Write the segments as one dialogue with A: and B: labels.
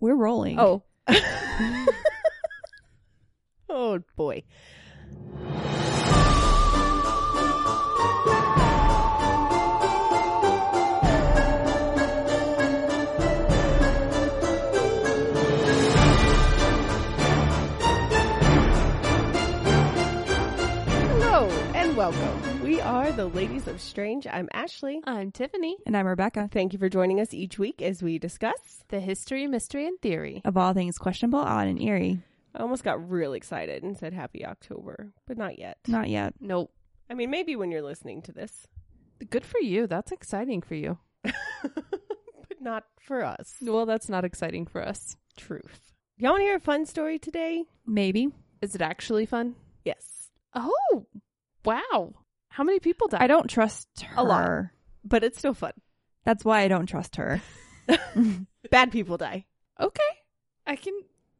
A: We're rolling.
B: Oh. oh boy. Hello and welcome. We are the Ladies of Strange. I'm Ashley.
C: I'm Tiffany,
A: And I'm Rebecca.
B: Thank you for joining us each week as we discuss.
C: the history, mystery, and theory.
A: Of all things questionable, odd, and eerie.
B: I almost got real excited and said happy October, but not yet.
A: Not yet.
C: Nope.
B: I mean, maybe when you're listening to this,
C: Good for you. That's exciting for you.
B: but not for us.
C: Well, that's not exciting for us.
B: Truth. Y'all want to hear a fun story today?
A: Maybe.
C: Is it actually fun?
B: Yes.
C: Oh, wow. How many people died?
A: I don't trust her.
B: A lot. But it's still fun.
A: That's why I don't trust her.
B: Bad people die.
C: Okay. I can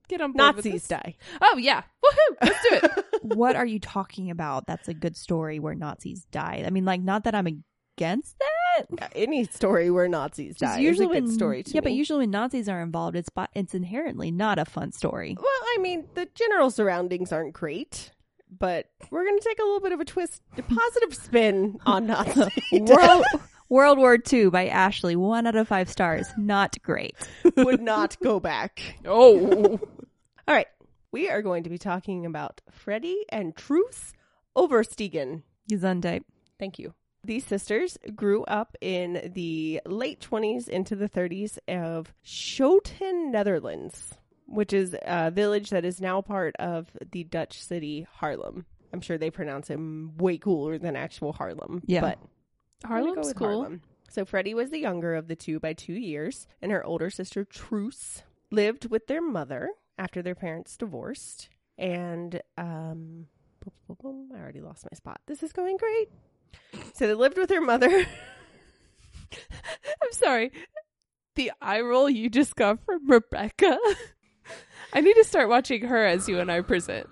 C: get on board. With
B: Nazis
C: this.
B: die.
C: Oh, yeah. Woohoo. Let's do it.
A: what are you talking about? That's a good story where Nazis died. I mean, like, not that I'm against that.
B: Yeah, Any story where Nazis die usually is a good story to
A: yeah, but
B: me.
A: usually when Nazis are involved, it's bi- it's inherently not a fun story.
B: Well, I mean, the general surroundings aren't great, but we're going to take a little bit of a twist, a positive spin on Nazi death.
A: World World War II by Ashley, one out of five stars. Not great.
B: Would not go back.
C: Oh.
B: All right. We are going to be talking about Freddy and Truth Overstegen.
A: Gesundheit.
B: Thank you. These sisters grew up in the late 20s into the 30s of Schoten, Netherlands, which is a village that is now part of the Dutch city Harlem. I'm sure they pronounce it way cooler than actual Harlem.
A: Yeah.
B: But I'm gonna go
C: Harlem's
B: with
C: cool.
B: Harlem. So Freddie was the younger of the two by two years, and her older sister Truce lived with their mother after their parents divorced. And um, boom, boom, boom, I already lost my spot. This is going great. So they lived with their mother.
C: I'm sorry. The eye roll you just got from Rebecca. I need to start watching her as you and I present.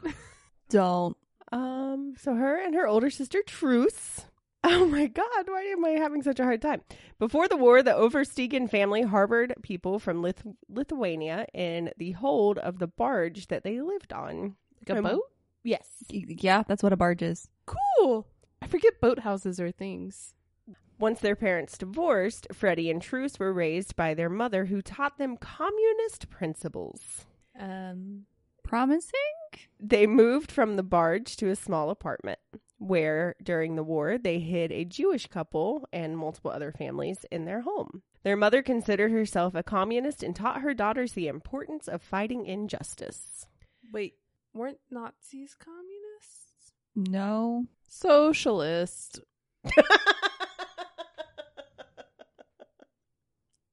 A: Don't.
B: Um, so her and her older sister Truce. Oh my God, why am I having such a hard time? Before the war, the Overstegen family harbored people from Lith- Lithuania in the hold of the barge that they lived on.
C: Like a
B: Um,
C: boat?
B: Yes.
A: Yeah, that's what a barge is.
C: Cool. I forget boat houses are things.
B: Once their parents divorced, Freddie and Truce were raised by their mother, who taught them communist principles.
C: Um,
A: Promising?
B: They moved from the barge to a small apartment where, during the war, they hid a Jewish couple and multiple other families in their home. Their mother considered herself a communist and taught her daughters the importance of fighting injustice.
C: wait, weren't Nazis communists?
A: No.
C: Socialist.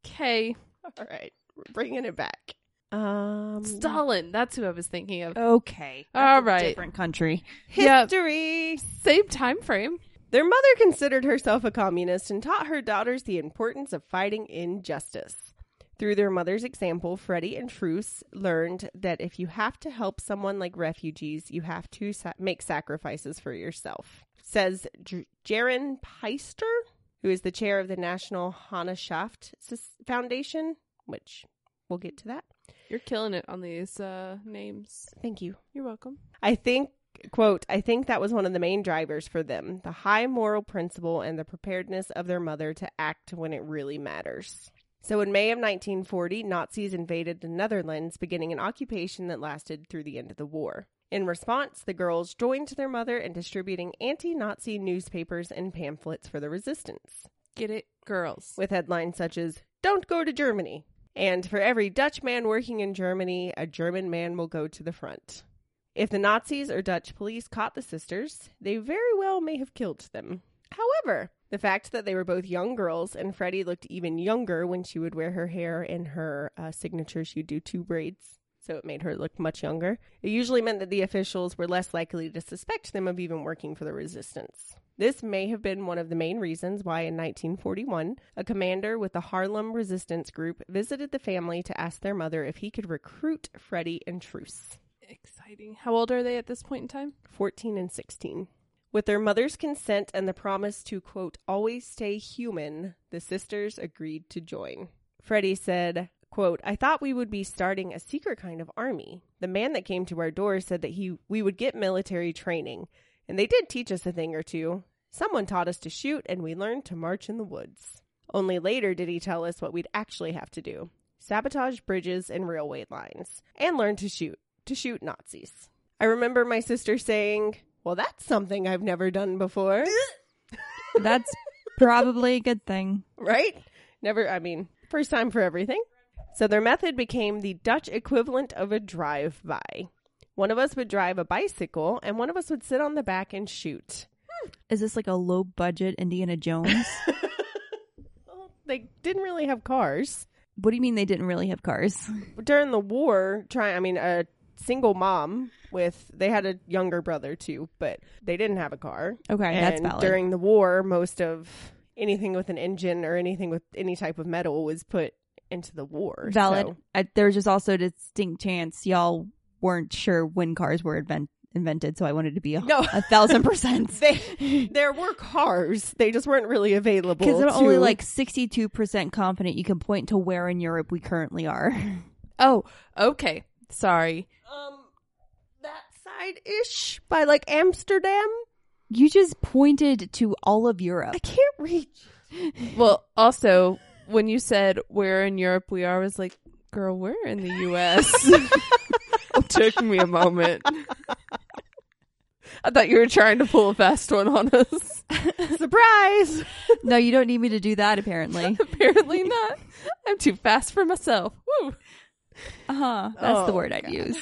C: Okay.
B: All right, we're bringing it back. Um,
C: Stalin. That's who I was thinking of.
A: Okay.
C: All right.
A: Different country.
C: Uh, Yep.
B: History.
C: Same time frame.
B: Their mother considered herself a communist and taught her daughters the importance of fighting injustice. Through their mother's example, Freddie and Truce learned that if you have to help someone like refugees, you have to sa- make sacrifices for yourself, says J- Jaron Peister, who is the chair of the National Hannah Sis Foundation, which we'll get to that.
C: You're killing it on these uh, names.
B: Thank you.
C: You're welcome.
B: I think, quote, I think that was one of the main drivers for them the high moral principle and the preparedness of their mother to act when it really matters. So in May of 1940, Nazis invaded the Netherlands, beginning an occupation that lasted through the end of the war. In response, the girls joined their mother in distributing anti Nazi newspapers and pamphlets for the resistance,
C: Get it, girls.
B: with headlines such as, Don't go to Germany! And for every Dutch man working in Germany, a German man will go to the front. If the Nazis or Dutch police caught the sisters, they very well may have killed them. However, the fact that they were both young girls and Freddie looked even younger when she would wear her hair in her uh, signature, she'd do two braids, so it made her look much younger. It usually meant that the officials were less likely to suspect them of even working for the resistance. This may have been one of the main reasons why, in 1941, a commander with the Harlem Resistance Group visited the family to ask their mother if he could recruit Freddie and Truce.
C: Exciting. How old are they at this point in time?
B: 14 and 16. With their mother's consent and the promise to, quote, always stay human, the sisters agreed to join. Freddie said, Quote, I thought we would be starting a secret kind of army. The man that came to our door said that he we would get military training, and they did teach us a thing or two. Someone taught us to shoot and we learned to march in the woods. Only later did he tell us what we'd actually have to do. Sabotage bridges and railway lines and learn to shoot, to shoot Nazis. I remember my sister saying, "Well, that's something I've never done before."
A: That's probably a good thing.
B: right? Never, I mean, first time for everything. So their method became the Dutch equivalent of a drive by. One of us would drive a bicycle and one of us would sit on the back and shoot.
A: Is this like a low budget Indiana Jones?
B: Well, they didn't really have cars.
A: what do you mean they didn't really have cars?
B: During the war, try I mean a single mom with they had a younger brother too, but they didn't have a car.
A: Okay, that's
B: And
A: valid.
B: During the war, most of anything with an engine or anything with any type of metal was put into the war.
A: valid.
B: So-
A: I, there was just also a distinct chance y'all weren't sure when cars were invent- invented, so I wanted to be a,
B: No.
A: a thousand percent.
B: they there were cars. They just weren't really available.
A: Because I'm
B: to-
A: only like 62% confident you can point to where in Europe we currently are.
C: Oh, okay. Sorry.
B: um that side ish by like Amsterdam.
A: You just pointed to all of Europe.
B: I can't reach.
C: Well, also, when you said where in Europe we are, I was like, girl, we're in the U.S. it took me a moment. I thought you were trying to pull a fast one on us.
B: Surprise!
A: No, you don't need me to do that, apparently.
C: Apparently not. I'm too fast for myself. Woo.
A: Uh huh. That's the
B: Oh,
A: word I'd use.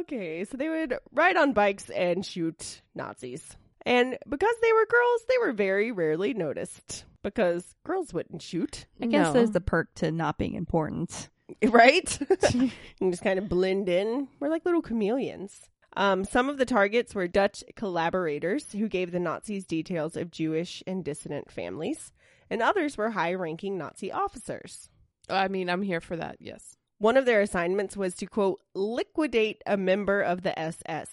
B: okay, so they would ride on bikes and shoot Nazis. And because they were girls, they were very rarely noticed because girls wouldn't shoot,
A: I guess
C: No.
A: there's the perk to not being important.
B: right? you can just kind of blend in. We're like little chameleons. Um, some of the targets were Dutch collaborators who gave the Nazis details of Jewish and dissident families, and others were high ranking Nazi officers.
C: I mean, I'm here for that. Yes.
B: One of their assignments was to, quote, liquidate a member of the SS.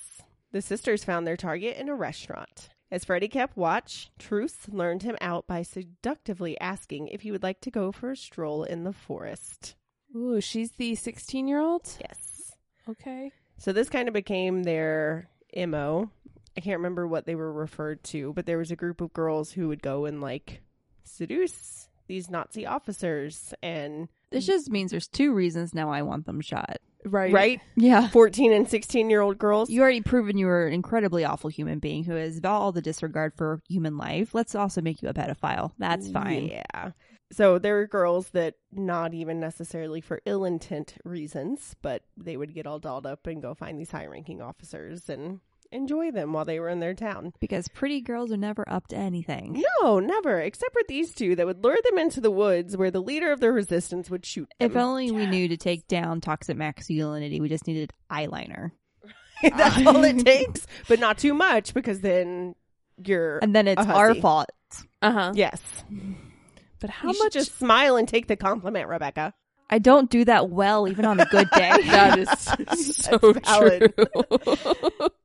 B: The sisters found their target in a restaurant. As Freddy kept watch, Truce learned him out by seductively asking if he would like to go for a stroll in the forest.
C: Ooh, she's the 16 year old.
B: Yes.
C: Okay.
B: So this kind of became their MO. I can't remember what they were referred to, but there was a group of girls who would go and like seduce these Nazi officers and
A: This just means there's two reasons now I want them shot.
C: Right.
B: right
A: Yeah.
B: 14 and 16 year old girls.
A: You already proven you were an incredibly awful human being who has all the disregard for human life. Let's also make you a pedophile. That's fine.
B: Yeah. So there were girls that not even necessarily for ill intent reasons, but they would get all dolled up and go find these high ranking officers and enjoy them while they were in their town.
A: Because pretty girls are never up to anything.
B: No, never, except for these two that would lure them into the woods where the leader of the resistance would shoot them.
A: If only we knew to take down toxic masculinity, we just needed eyeliner.
B: That's all it takes, but not too much because then you're
A: And then it's
B: A
A: our
B: hussy.
A: fault.
C: Uh huh.
B: yes.
C: But how
B: you should
C: much?
B: just smile and take the compliment, Rebecca.
A: I don't do that well, even on a good day.
C: that is so
B: valid.
C: true.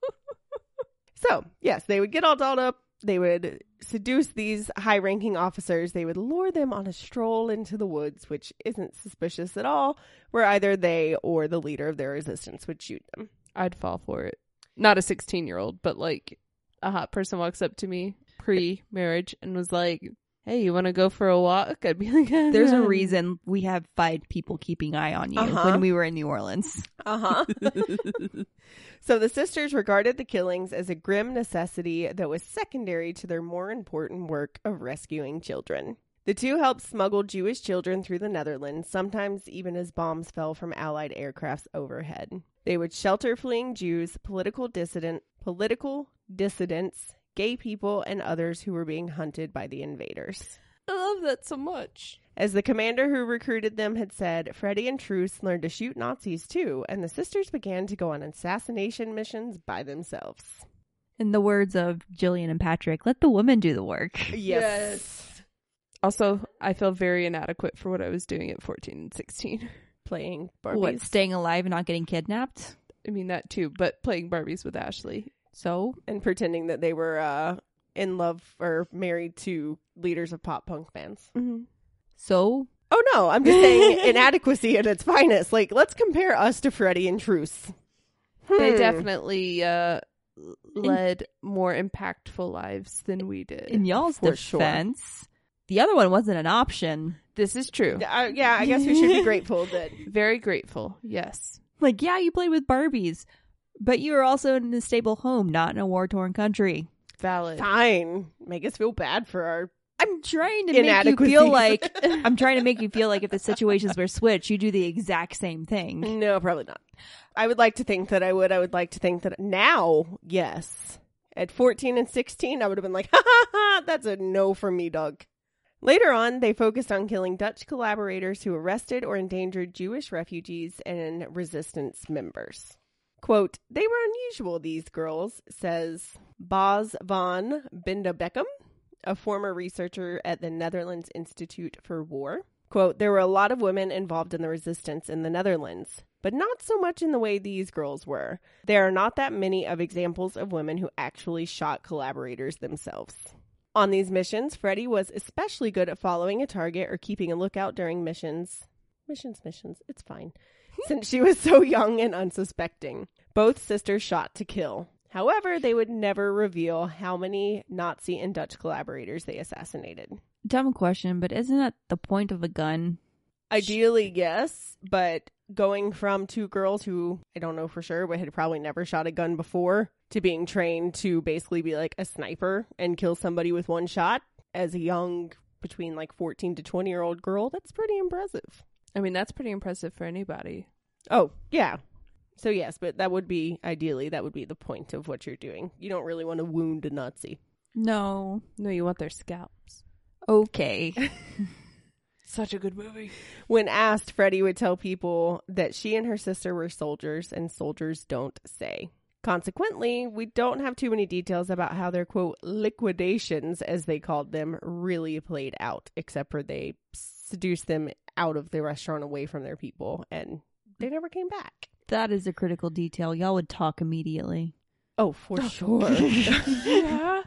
B: So, yes, they would get all dolled up. They would seduce these high ranking officers. They would lure them on a stroll into the woods, which isn't suspicious at all, where either they or the leader of their resistance would shoot them.
C: I'd fall for it. Not a 16 year old, but like a hot person walks up to me pre marriage and was like, Hey, you want to go for a walk? I'd be like,
A: There's a reason we have five people keeping eye on you
B: Uh-huh.
A: when we were in New Orleans.
B: Uh huh. so the sisters regarded the killings as a grim necessity that was secondary to their more important work of rescuing children. The two helped smuggle Jewish children through the Netherlands, sometimes even as bombs fell from Allied aircrafts overhead. They would shelter fleeing Jews, political dissident, political dissidents, gay people, and others who were being hunted by the invaders.
C: I love that so much.
B: As the commander who recruited them had said, Freddy and Truce learned to shoot Nazis too, and the sisters began to go on assassination missions by themselves.
A: In the words of Jillian and Patrick, let the woman do the work.
B: Yes.
C: Also, I feel very inadequate for what I was doing at 14 and 16.
B: Playing Barbies.
A: What, staying alive and not getting kidnapped?
C: I mean, that too, but playing Barbies with Ashley.
A: So
B: And pretending that they were uh, in love or married to leaders of pop punk bands.
C: Mm-hmm.
A: So
B: Oh no, I'm just saying inadequacy at its finest. Like, let's compare us to Freddy and Truce.
C: They
B: Hmm.
C: definitely uh, led more impactful lives than we did.
A: In y'all's
B: For sure.
A: defense, the other one wasn't an option.
C: this is true.
B: Uh, yeah, I guess we should be grateful that
C: Very grateful. Yes.
A: Like, yeah, you played with Barbies, but you were also in a stable home, not in a war torn country.
C: Valid.
B: fine. Make us feel bad for our
A: I'm trying to make you feel
B: Inadequacies.
A: like I'm trying to make you feel like if the situations were switched, you do the exact same thing.
B: No, probably not. I would like to think that I would. I would like to think that now, yes. At 14 and 16, I would have been like, ha ha ha, that's a no for me, Doug. Later on, they focused on killing Dutch collaborators who arrested or endangered Jewish refugees and resistance members. Quote, they were unusual, these girls, says Boz von Binda Beckham, a former researcher at the Netherlands Institute for War. Quote, there were a lot of women involved in the resistance in the Netherlands, but not so much in the way these girls were. There are not that many of examples of women who actually shot collaborators themselves. On these missions, Freddie was especially good at following a target or keeping a lookout during missions. Missions, missions, it's fine. Since she was so young and unsuspecting, both sisters shot to kill. However, they would never reveal how many Nazi and Dutch collaborators they assassinated.
A: Dumb question, but isn't that the point of a gun?
B: Ideally, yes, but going from two girls who I don't know for sure, but had probably never shot a gun before, to being trained to basically be like a sniper and kill somebody with one shot as a young, between like 14 to 20 year old girl, that's pretty impressive.
C: I mean, that's pretty impressive for anybody.
B: Oh, yeah. So, yes, but that would be ideally, that would be the point of what you're doing. You don't really want to wound a Nazi.
A: No.
C: No, you want their scalps.
A: Okay.
C: Such a good movie.
B: When asked, Freddie would tell people that she and her sister were soldiers, and soldiers don't say. Consequently, we don't have too many details about how their quote liquidations, as they called them, really played out, except for they seduced them out of the restaurant away from their people, and they never came back.
A: That is a critical detail. Y'all would talk immediately.
B: Oh, for sure.
C: yeah.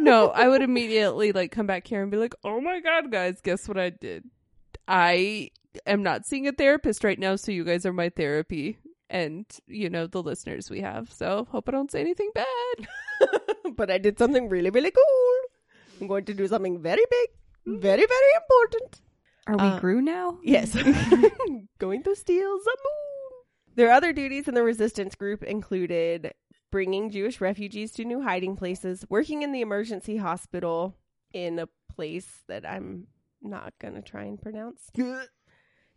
C: No, I would immediately like come back here and be like, "Oh my god, guys, guess what I did? I am not seeing a therapist right now, so you guys are my therapy." And you know the listeners we have, so hope I don't say anything bad.
B: but I did something really, really cool. I'm going to do something very big, very, very important.
A: Are we
B: Uh,
A: Gru now?
B: Yes. Going to steal the moon. Their other duties in the resistance group included bringing Jewish refugees to new hiding places, working in the emergency hospital in a place that I'm not going to try and pronounce,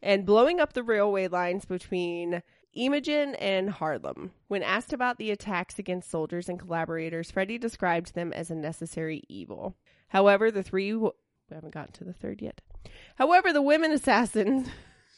B: and blowing up the railway lines between Imogen and Harlem. When asked about the attacks against soldiers and collaborators, Freddie described them as a necessary evil. However, the three. W- we haven't gotten to the third yet. However, the women assassins.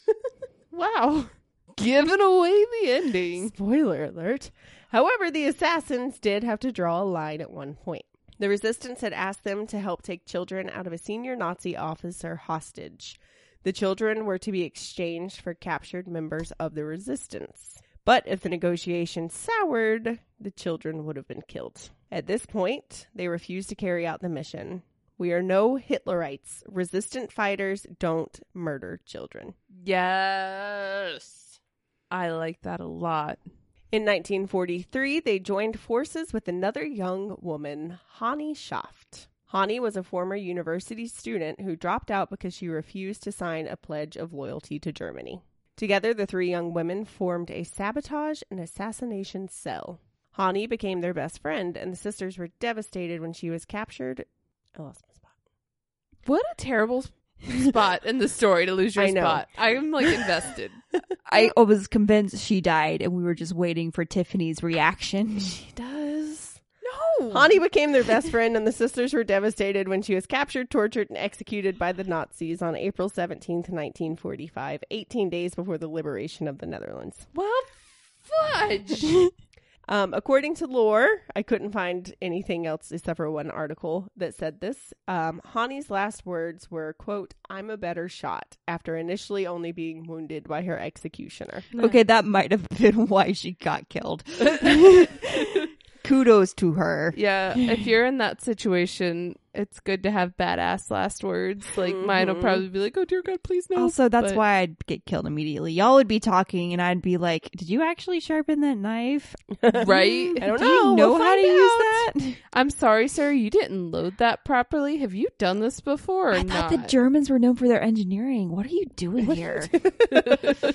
B: wow.
C: Giving away the ending.
B: Spoiler alert. However, the assassins did have to draw a line at one point. The resistance had asked them to help take children out of a senior Nazi officer hostage. The children were to be exchanged for captured members of the resistance. But if the negotiation soured, the children would have been killed. At this point, they refused to carry out the mission. We are no Hitlerites. Resistant fighters don't murder children.
C: Yes, I like that a lot.
B: In 1943, they joined forces with another young woman, Hani Schaft. Hani was a former university student who dropped out because she refused to sign a pledge of loyalty to Germany. Together, the three young women formed a sabotage and assassination cell. Hani became their best friend, and the sisters were devastated when she was captured. I lost my spot.
C: What a terrible spot in the story to lose your
B: I know.
C: spot. I'm like invested.
A: I was convinced she died and we were just waiting for Tiffany's reaction.
B: She does.
C: no,
B: Hani became their best friend, and the sisters were devastated when she was captured, tortured, and executed by the Nazis on April 17th, 1945, 18 days before the liberation of the Netherlands.
C: Well, fudge.
B: Um, according to lore, I couldn't find anything else except for one article that said this. Um, Hani's last words were, quote, I'm a better shot, after initially only being wounded by her executioner.
A: Okay, that might have been why she got killed. Kudos to her.
C: Yeah, if you're in that situation it's good to have badass last words. Like mine will
B: Mhm.
C: probably be like, "Oh dear God, please no."
A: Mm-hmm. Also, that's
C: but-
A: why I'd get killed immediately. Y'all would be talking, and I'd be like, "Did you actually sharpen that knife?
C: Right?
A: Mm,
B: I don't
A: Do
B: know.
A: You know
B: We'll
A: how to
B: find
A: use that?
C: I'm sorry, sir. You didn't load that properly. Have you done this before? Or
A: I thought the
C: not?
A: Germans were known for their engineering. What are you doing here?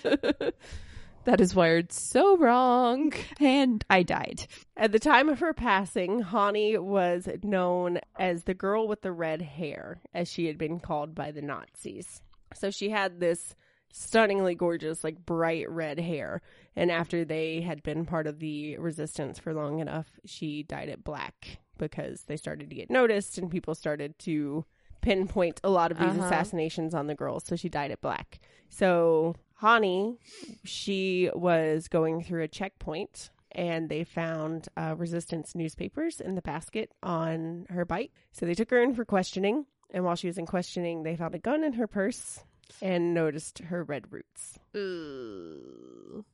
C: that is wired so wrong.
A: and I died.
B: At the time of her passing, Hani was known as the girl with the red hair, as she had been called by the Nazis. So she had this stunningly gorgeous, like bright red hair. And after they had been part of the resistance for long enough, she dyed it black because they started to get noticed and people started to pinpoint a lot of these
C: Uh-huh.
B: assassinations on the girls. So she dyed it black. So Hani she was going through a checkpoint and they found uh, resistance newspapers in the basket on her bike. So they took her in for questioning. And while she was in questioning, they found a gun in her purse and noticed her red roots. And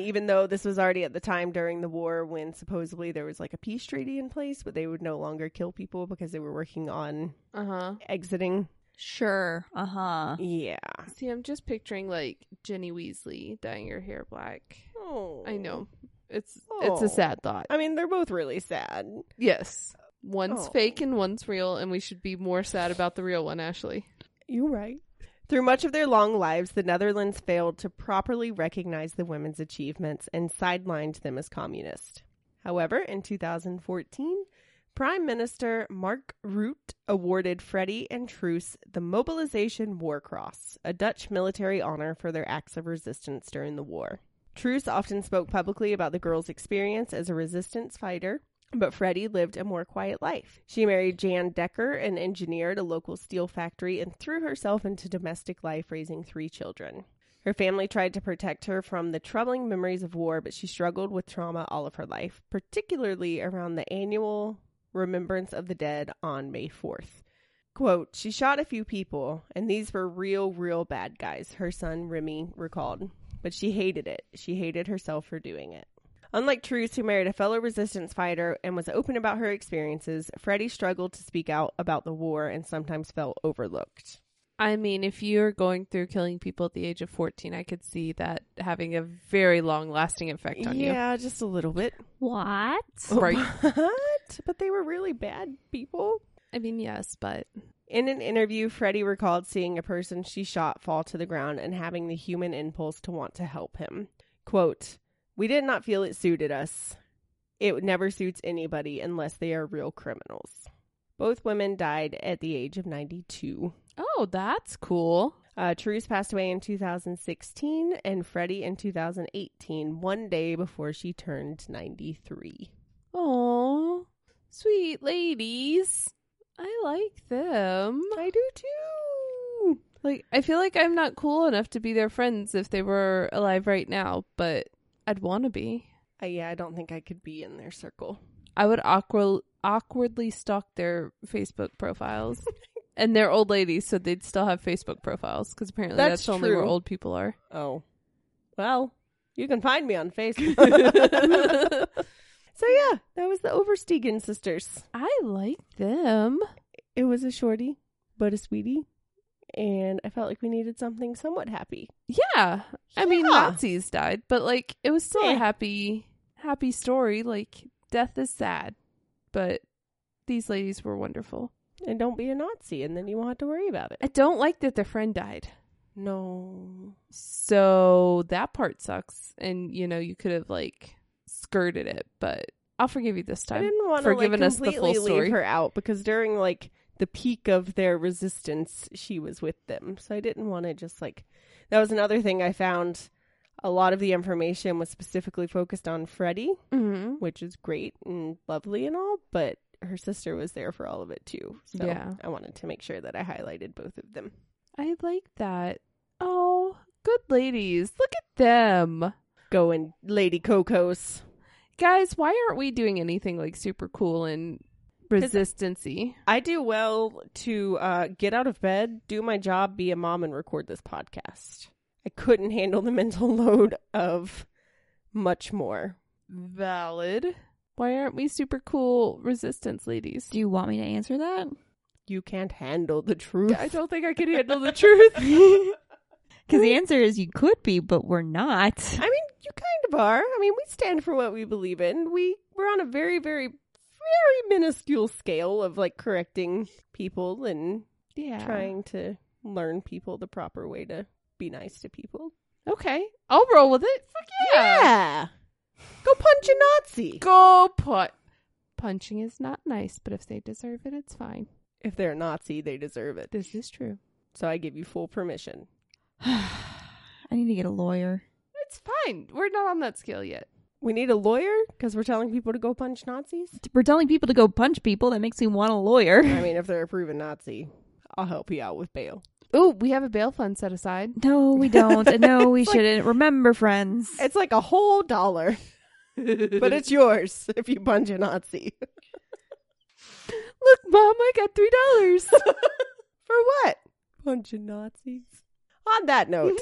B: even though this was already at the time during the war when supposedly there was like a peace treaty in place, but they would no longer kill people because they were working on
C: Uh
A: Uh-huh.
C: huh.
B: exiting.
A: Sure. Uh huh.
B: Yeah.
C: See, I'm just picturing like Jenny Weasley dyeing her hair black. I know. It's it's
B: Oh.
C: a sad thought.
B: I mean, they're both really sad.
C: Yes. One's
B: Oh.
C: fake and one's real, and we should be more sad about the real one, Ashley.
B: You're right. Through much of their long lives, the Netherlands failed to properly recognize the women's achievements and sidelined them as communist. However, in 2014, Prime Minister Mark Rutte awarded Freddy and Truce the Mobilization War Cross, a Dutch military honor for their acts of resistance during the war. Truce often spoke publicly about the girl's experience as a resistance fighter but Freddie lived a more quiet life. She married Jan Decker, an engineer at a local steel factory, and threw herself into domestic life, raising three children. Her family tried to protect her from the troubling memories of war, but she struggled with trauma all of her life, particularly around the annual Remembrance of the Dead on May 4th. Quote, she shot a few people, and these were real, real bad guys, her son Remy recalled. But she hated it. She hated herself for doing it. Unlike Truce, who married a fellow resistance fighter and was open about her experiences, Freddie struggled to speak out about the war and sometimes felt overlooked.
C: I mean, if you're going through killing people at the age of 14, I could see that having a very long lasting effect on
B: just a little bit.
A: What?
C: you. Right.
B: What? But they were really bad people.
C: I mean, yes, but
B: In an interview, Freddie recalled seeing a person she shot fall to the ground and having the human impulse to want to help him. Quote, We did not feel it suited us. It never suits anybody unless they are real criminals. Both women died at the age of 92.
C: oh, that's cool.
B: Uh, Truce passed away in 2016 and Freddie in 2018, one day before she turned 93.
C: Oh, sweet ladies. I like them.
B: I do too.
C: Like, I feel like I'm not cool enough to be their friends if they were alive right now, but I'd want to be.
B: Uh, yeah, I don't think I could be in their circle.
C: I would awkward, awkwardly stalk their Facebook profiles. and they're old ladies, so they'd still have Facebook profiles because apparently
B: That's
C: that's, only where
B: true.
C: old people are.
B: Oh. Well, you can find me on Facebook. so, yeah, that was the Overstegen sisters.
C: I like them.
B: It was a shorty, but a sweetie. And I felt like we needed something somewhat happy.
C: Yeah. Eh. I mean,
B: Yeah.
C: Nazis died, but like it was still
B: Yeah.
C: a happy, happy story. Like death is sad, but these ladies were wonderful.
B: And don't be a Nazi, and then you won't have to worry about
C: I
B: it.
C: don't like that their friend died.
B: No.
C: So that part sucks. And you know, you could have like skirted it, but I'll forgive you this
B: I
C: time.
B: didn't want to
C: for
B: like,
C: giving us the full
B: completely
C: story.
B: leave her out because during like the peak of their resistance, she was with them. So I didn't want to just like that was another thing I found. A lot of the information was specifically focused on Freddie,
C: Mm-hmm.
B: which is great and lovely and all, but her sister was there for all of it too. So
C: Yeah.
B: I wanted to make sure that I highlighted both of them.
C: I like that. Oh, good ladies. Look at them.
B: Going Lady Cocos.
C: Guys, why aren't we doing anything like super cool and resistancy?
B: I do well to uh, get out of bed, do my job, be a mom, and record this podcast. I couldn't handle the mental load of much more.
C: Valid. Why aren't we super cool resistance ladies?
A: Do you want me to answer that?
B: You can't handle the truth.
C: I don't think I can handle the truth.
A: Because the answer is you could be, but we're not.
B: I mean, you kind of are. I mean, we stand for what we believe in. We we're on a very, very, very minuscule scale of like correcting people and
C: yeah.
B: trying to learn people the proper way to be nice to people.
C: Okay. I'll roll with it. Fuck yeah.
B: Go punch a Nazi.
C: Go put. Punching is not nice, but if they deserve it, it's fine.
B: If they're a Nazi, they deserve it.
C: This is true.
B: So I give you full permission.
A: I need to get a lawyer.
C: It's fine. We're not on that scale yet.
B: We need a lawyer because we're telling people to go punch Nazis.
A: We're telling people to go punch people. That makes me want a lawyer.
B: I mean, if they're a proven Nazi, I'll help you out with bail.
C: Ooh, we have a bail fund set aside.
A: No, we don't. And no, we shouldn't. Remember, friends.
B: It's like a whole dollar, but it's yours if you punch a Nazi.
C: Look, Mom, I got three dollars.
B: For what? Bunch of Nazis. On that note,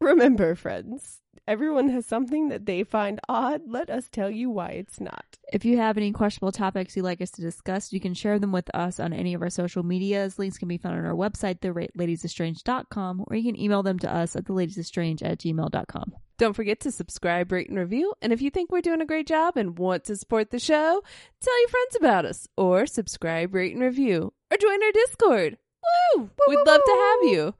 B: remember, friends, everyone has something that they find odd. Let us tell you why it's not.
A: If you have any questionable topics you'd like us to discuss, you can share them with us on any of our social medias. Links can be found on our website, theladiesestrange.com, or you can email them to us at theladiesestrange at gmail.com.
C: Don't forget to subscribe, rate, and review. And if you think we're doing a great job and want to support the show, tell your friends about us or subscribe, rate, and review or join our Discord. Woo! We'd love to have you.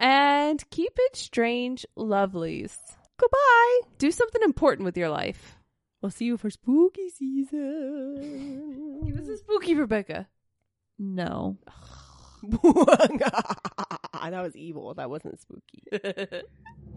C: And keep it strange, lovelies.
B: Goodbye.
C: Do something important with your life.
B: We'll see you for spooky season.
C: Give us a spooky, Rebecca.
A: No.
B: that was evil. That wasn't spooky.